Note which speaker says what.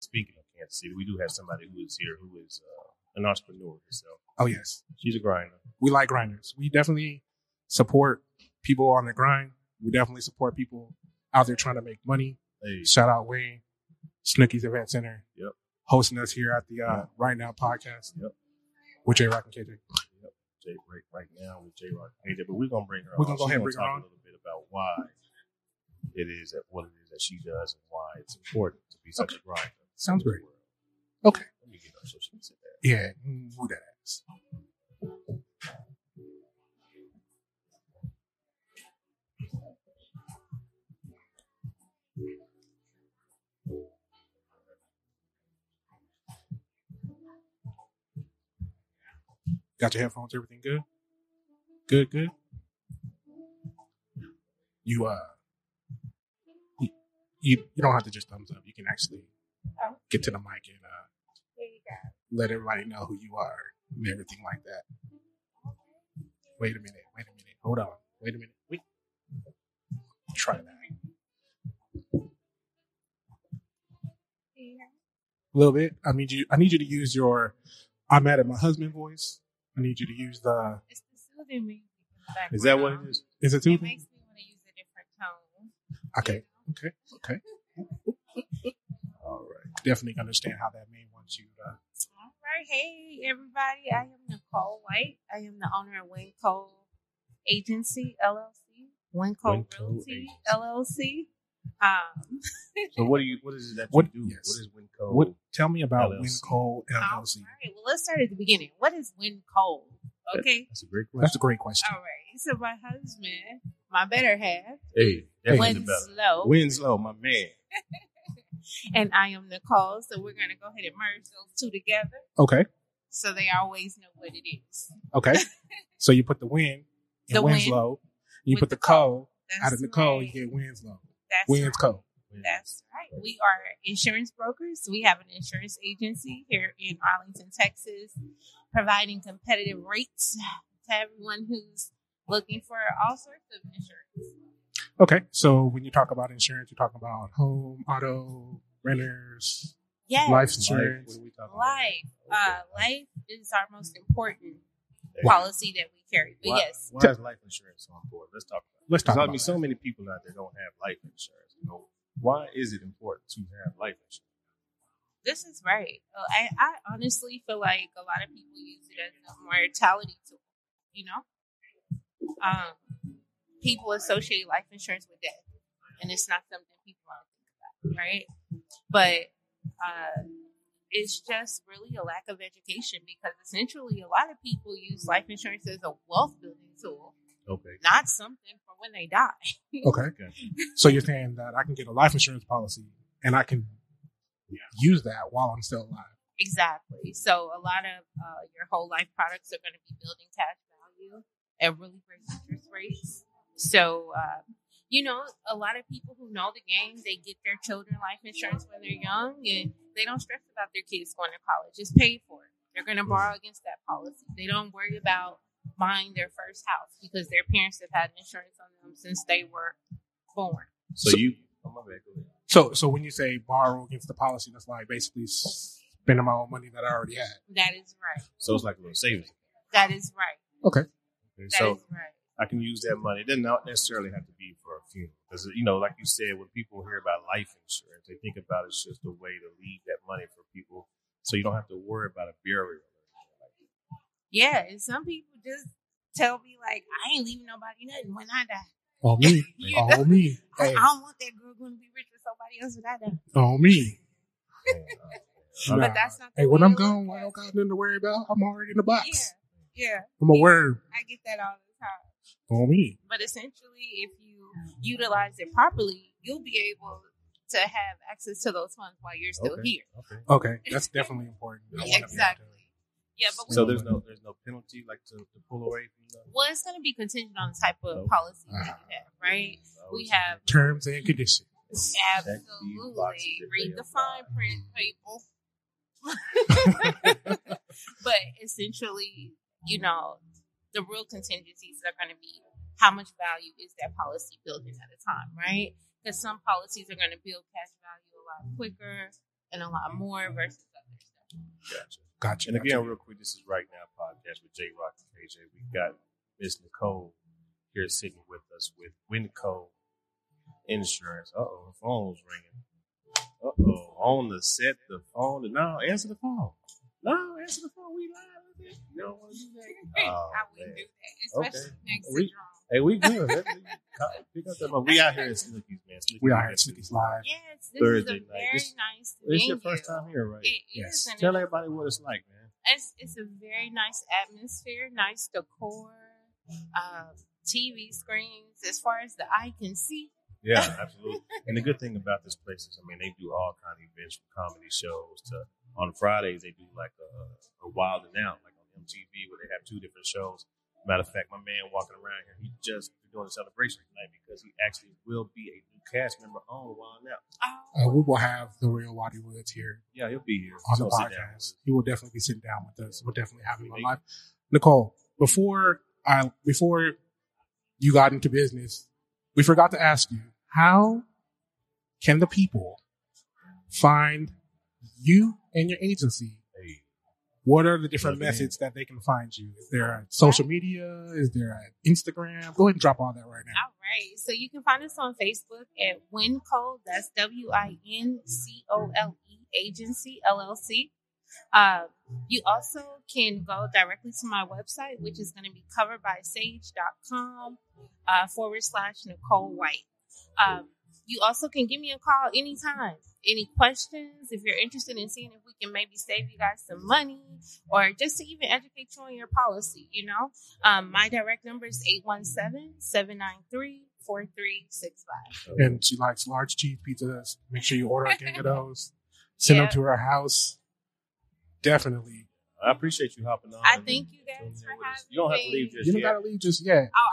Speaker 1: Speaking of Kansas City, we do have somebody who is here who is uh, an entrepreneur herself.
Speaker 2: Oh yes,
Speaker 1: She's a grinder.
Speaker 2: we like grinders. We definitely support people on the grind. We definitely support people out there trying to make money.
Speaker 1: Hey,
Speaker 2: Shout out Wayne, Snooki's Event Center,
Speaker 1: Yep.
Speaker 2: hosting us here at the uh, Right Now podcast
Speaker 1: Yep.
Speaker 2: with J Rock and KJ.
Speaker 1: J Break right now with J Rock. Hey, but we're gonna bring her.
Speaker 2: We're
Speaker 1: on.
Speaker 2: gonna go
Speaker 1: She's
Speaker 2: ahead and bring her
Speaker 1: talk
Speaker 2: on.
Speaker 1: a little bit about why it is that what it is that she does and why it's important to be such a grinder.
Speaker 2: Sounds great.
Speaker 1: Okay.
Speaker 2: Okay.
Speaker 1: Let me get her so she can sit there.
Speaker 2: Yeah, mm, who that is. Got your headphones, everything good? Good, good. You uh you you you don't have to just thumbs up. You can actually
Speaker 3: Oh.
Speaker 2: get to the mic and uh
Speaker 3: Here you go.
Speaker 2: let everybody know who you are and everything like that. Wait a minute. Wait a minute. Hold on. Wait a minute. Wait. Try that.
Speaker 3: Here you go.
Speaker 2: A little bit. I mean, you. I need you to use your. I'm mad at my husband voice. I need you to use the.
Speaker 3: It's the soothing music. in the
Speaker 1: Is that what it
Speaker 3: background.
Speaker 1: is?
Speaker 2: Is it
Speaker 3: It
Speaker 2: too?
Speaker 3: makes me want to use a different tone.
Speaker 2: Okay. Okay. Okay.
Speaker 1: All right.
Speaker 2: Definitely understand how that may want you. To,
Speaker 3: All right. Hey, everybody. I am Nicole White. I am the owner of Wincole Agency LLC. Wincole
Speaker 1: Wincole
Speaker 3: Realty
Speaker 1: Agency.
Speaker 3: LLC. Um,
Speaker 1: So what do you? What is it that
Speaker 2: What-
Speaker 1: you do?
Speaker 2: yes.
Speaker 1: What is Winco?
Speaker 2: what? Tell me about
Speaker 1: LLC.
Speaker 2: Wincole
Speaker 3: all
Speaker 2: LLC.
Speaker 3: right. Well, let's start at the beginning. What is Wincole? Okay.
Speaker 1: That's a great question.
Speaker 2: That's a great question.
Speaker 3: All right. So my husband, my better half,
Speaker 1: Hey, definitely the best.
Speaker 3: Winslow,
Speaker 1: Winslow, my man.
Speaker 3: and I am Nicole. So we're going to go ahead and merge those two together.
Speaker 2: Okay.
Speaker 3: so they always know what it is.
Speaker 2: Okay. so you put the win in
Speaker 3: The Win
Speaker 2: Winslow. you
Speaker 3: with
Speaker 2: put the
Speaker 3: the
Speaker 2: co
Speaker 3: That's
Speaker 2: out of Nicole.
Speaker 3: right.
Speaker 2: You get Winslow.
Speaker 3: That's right.
Speaker 2: Wins co.
Speaker 3: That's right. We are insurance brokers. We have an insurance agency here in Arlington, Texas, providing competitive rates to everyone who's looking for all sorts of insurance.
Speaker 2: Okay, so when you talk about insurance, you're talking about home, auto, renters,
Speaker 3: Yes,
Speaker 2: life
Speaker 1: Life,
Speaker 2: insurance.
Speaker 1: what are we talking
Speaker 3: life. Uh,
Speaker 1: about?
Speaker 3: life is our most important
Speaker 1: Hey,
Speaker 3: policy that we carry. But
Speaker 1: why,
Speaker 3: yes,
Speaker 1: Why is life insurance on board? Let's talk about it.
Speaker 2: Let's talk
Speaker 1: Because, I
Speaker 2: about
Speaker 1: mean,
Speaker 2: that.
Speaker 1: so many people out there don't have life insurance. You know, why is it important to have life insurance?
Speaker 3: this is right. Uh, I, I honestly feel like a lot of people use it as a mortality tool. You know, um, people associate life insurance with death, and it's not something people want to think about, right? But uh, it's just really a lack of education because essentially a lot of people use life insurance as a wealth building tool,
Speaker 1: Okay.
Speaker 3: not something for when they die.
Speaker 2: Okay, so you're saying that I can get a life insurance policy and I can use that while I'm still alive.
Speaker 3: Exactly. So a lot of uh, your whole life products are going to be building cash value at really great interest rates. So, uh, you know, a lot of people who know the game, they get their children life insurance when they're young and they don't stress about their kids going to college. It's paid for. They're going to borrow against that policy. They don't worry about buying their first house because their parents have had insurance on them since they were born.
Speaker 1: So,
Speaker 2: So-
Speaker 1: you, oh, my bad, go ahead.
Speaker 2: So, so when you say borrow against the policy, that's like basically spending my own money that I already had.
Speaker 3: That is right.
Speaker 1: So it's like a little savings.
Speaker 3: That is right.
Speaker 1: Okay,
Speaker 3: That is
Speaker 1: so
Speaker 3: right.
Speaker 1: I can use that money. It doesn't necessarily have to be for a funeral. Because, you know, like you said, when people hear about life insurance, they think about it's just a way to leave that money for people so you don't have to worry about a burial.
Speaker 3: Yeah, and some people just tell me like, I ain't leaving nobody nothing when I die.
Speaker 2: On me,
Speaker 3: You know?
Speaker 2: on me,
Speaker 3: I,
Speaker 2: hey,
Speaker 3: I don't want that girl going to be rich with somebody else when I die.
Speaker 2: on me.
Speaker 1: And, uh,
Speaker 2: Nah.
Speaker 3: But that's not. the
Speaker 2: Hey, when
Speaker 3: way
Speaker 2: I'm
Speaker 3: to look
Speaker 2: gone,
Speaker 3: at
Speaker 2: I
Speaker 3: it.
Speaker 2: don't got nothing to worry about. I'm already in the box.
Speaker 3: Yeah, yeah,
Speaker 2: I'm a worm
Speaker 3: I get that all the time.
Speaker 2: on me.
Speaker 3: But essentially, if you utilize it properly, you'll be able to have access to those funds while you're still
Speaker 1: Okay.
Speaker 3: here.
Speaker 1: okay.
Speaker 2: Okay, that's definitely important. I wanna be able to-
Speaker 3: Exactly. Yeah, but
Speaker 1: So there's no there's no penalty like to, to pull away from the
Speaker 3: well, it's going to be contingent on the type of
Speaker 1: Okay.
Speaker 3: policy that you
Speaker 2: Ah.
Speaker 3: have, right?
Speaker 1: So
Speaker 3: We
Speaker 1: it's-
Speaker 3: have
Speaker 2: Terms and conditions.
Speaker 1: these boxes
Speaker 3: Absolutely.
Speaker 1: if
Speaker 3: Read
Speaker 1: they
Speaker 3: the
Speaker 1: apply.
Speaker 3: fine print, people. but essentially, you know, the real contingencies are going to be how much value is that policy building at a time, right? Because some policies are going to build cash value a lot quicker, and a lot more versus other stuff.
Speaker 1: Gotcha.
Speaker 2: Gotcha.
Speaker 1: And again,
Speaker 2: gotcha.
Speaker 1: real quick, this is Right Now Podcast with J Rock and KJ. We got Miss Nicole here sitting with us with Winco Insurance. Uh oh, her phone's ringing. Uh oh, on the set, the phone. No, answer the phone. No, answer the phone. We live. You don't want to do that. Oh,
Speaker 3: I
Speaker 1: man.
Speaker 3: wouldn't do that,
Speaker 1: Okay.
Speaker 3: especially next
Speaker 1: We-
Speaker 3: to Jerome.
Speaker 1: Hey, we good. Let me- Pick up that phone. We out here at Snookie's, man. Snookie's
Speaker 2: we are here at
Speaker 1: is-
Speaker 2: Snookie's Live.
Speaker 3: Yes, this
Speaker 1: Thursday
Speaker 3: is
Speaker 1: night.
Speaker 3: a very
Speaker 1: This-
Speaker 3: nice venue.
Speaker 1: It's your first time here, right?
Speaker 3: It
Speaker 2: Yes.
Speaker 3: is, and
Speaker 1: Tell
Speaker 3: it's-
Speaker 1: everybody what it's like, man.
Speaker 3: it's, it's a very nice atmosphere, nice decor, uh, TV screens as far as the eye can see.
Speaker 1: Yeah, absolutely. and the good thing about this place is, I mean, they do all kind of events from comedy shows to on Fridays they do like a, a Wild and Out, like on MTV, where they have two different shows. Matter of fact, my man walking around here, he just doing a celebration tonight because he actually will be a new cast member on Wild and Out.
Speaker 2: Uh, we will have the real Waddy Woods here
Speaker 1: Yeah, he'll be here. He's
Speaker 2: on the
Speaker 1: gonna sit down with
Speaker 2: podcast.
Speaker 1: us.
Speaker 2: He will definitely be sitting down with us. We'll definitely have him on live. Nicole, before I before you got into business, we forgot to ask you how can the people find you and your agency?
Speaker 1: Hey,
Speaker 2: What are the different
Speaker 1: Yeah, man.
Speaker 2: methods that they can find you? Is there a social media? Is there an Instagram? Go ahead and drop all that right now.
Speaker 3: All right. So you can find us on Facebook at Winco. That's W I N C O L E Agency LLC. Uh, you also can go directly to my website, which is going to be covered by sage.com uh, forward slash Nicole White. Um, you also can give me a call anytime. Any questions? If you're interested in seeing if we can maybe save you guys some money or just to even educate you on your policy, you know? Um, my direct number is 817-793-4365.
Speaker 2: And she likes large cheese pizzas. Make sure you order a gang of those. Send
Speaker 3: Yeah.
Speaker 2: them to her house. Definitely.
Speaker 1: I appreciate you hopping on.
Speaker 3: I
Speaker 1: and
Speaker 3: thank you guys
Speaker 1: tuning in
Speaker 3: for
Speaker 1: with us.
Speaker 3: having
Speaker 1: You don't have to
Speaker 3: me.
Speaker 1: leave
Speaker 2: you
Speaker 1: just
Speaker 2: don't
Speaker 1: yet.
Speaker 2: gotta leave just yet.
Speaker 3: Oh,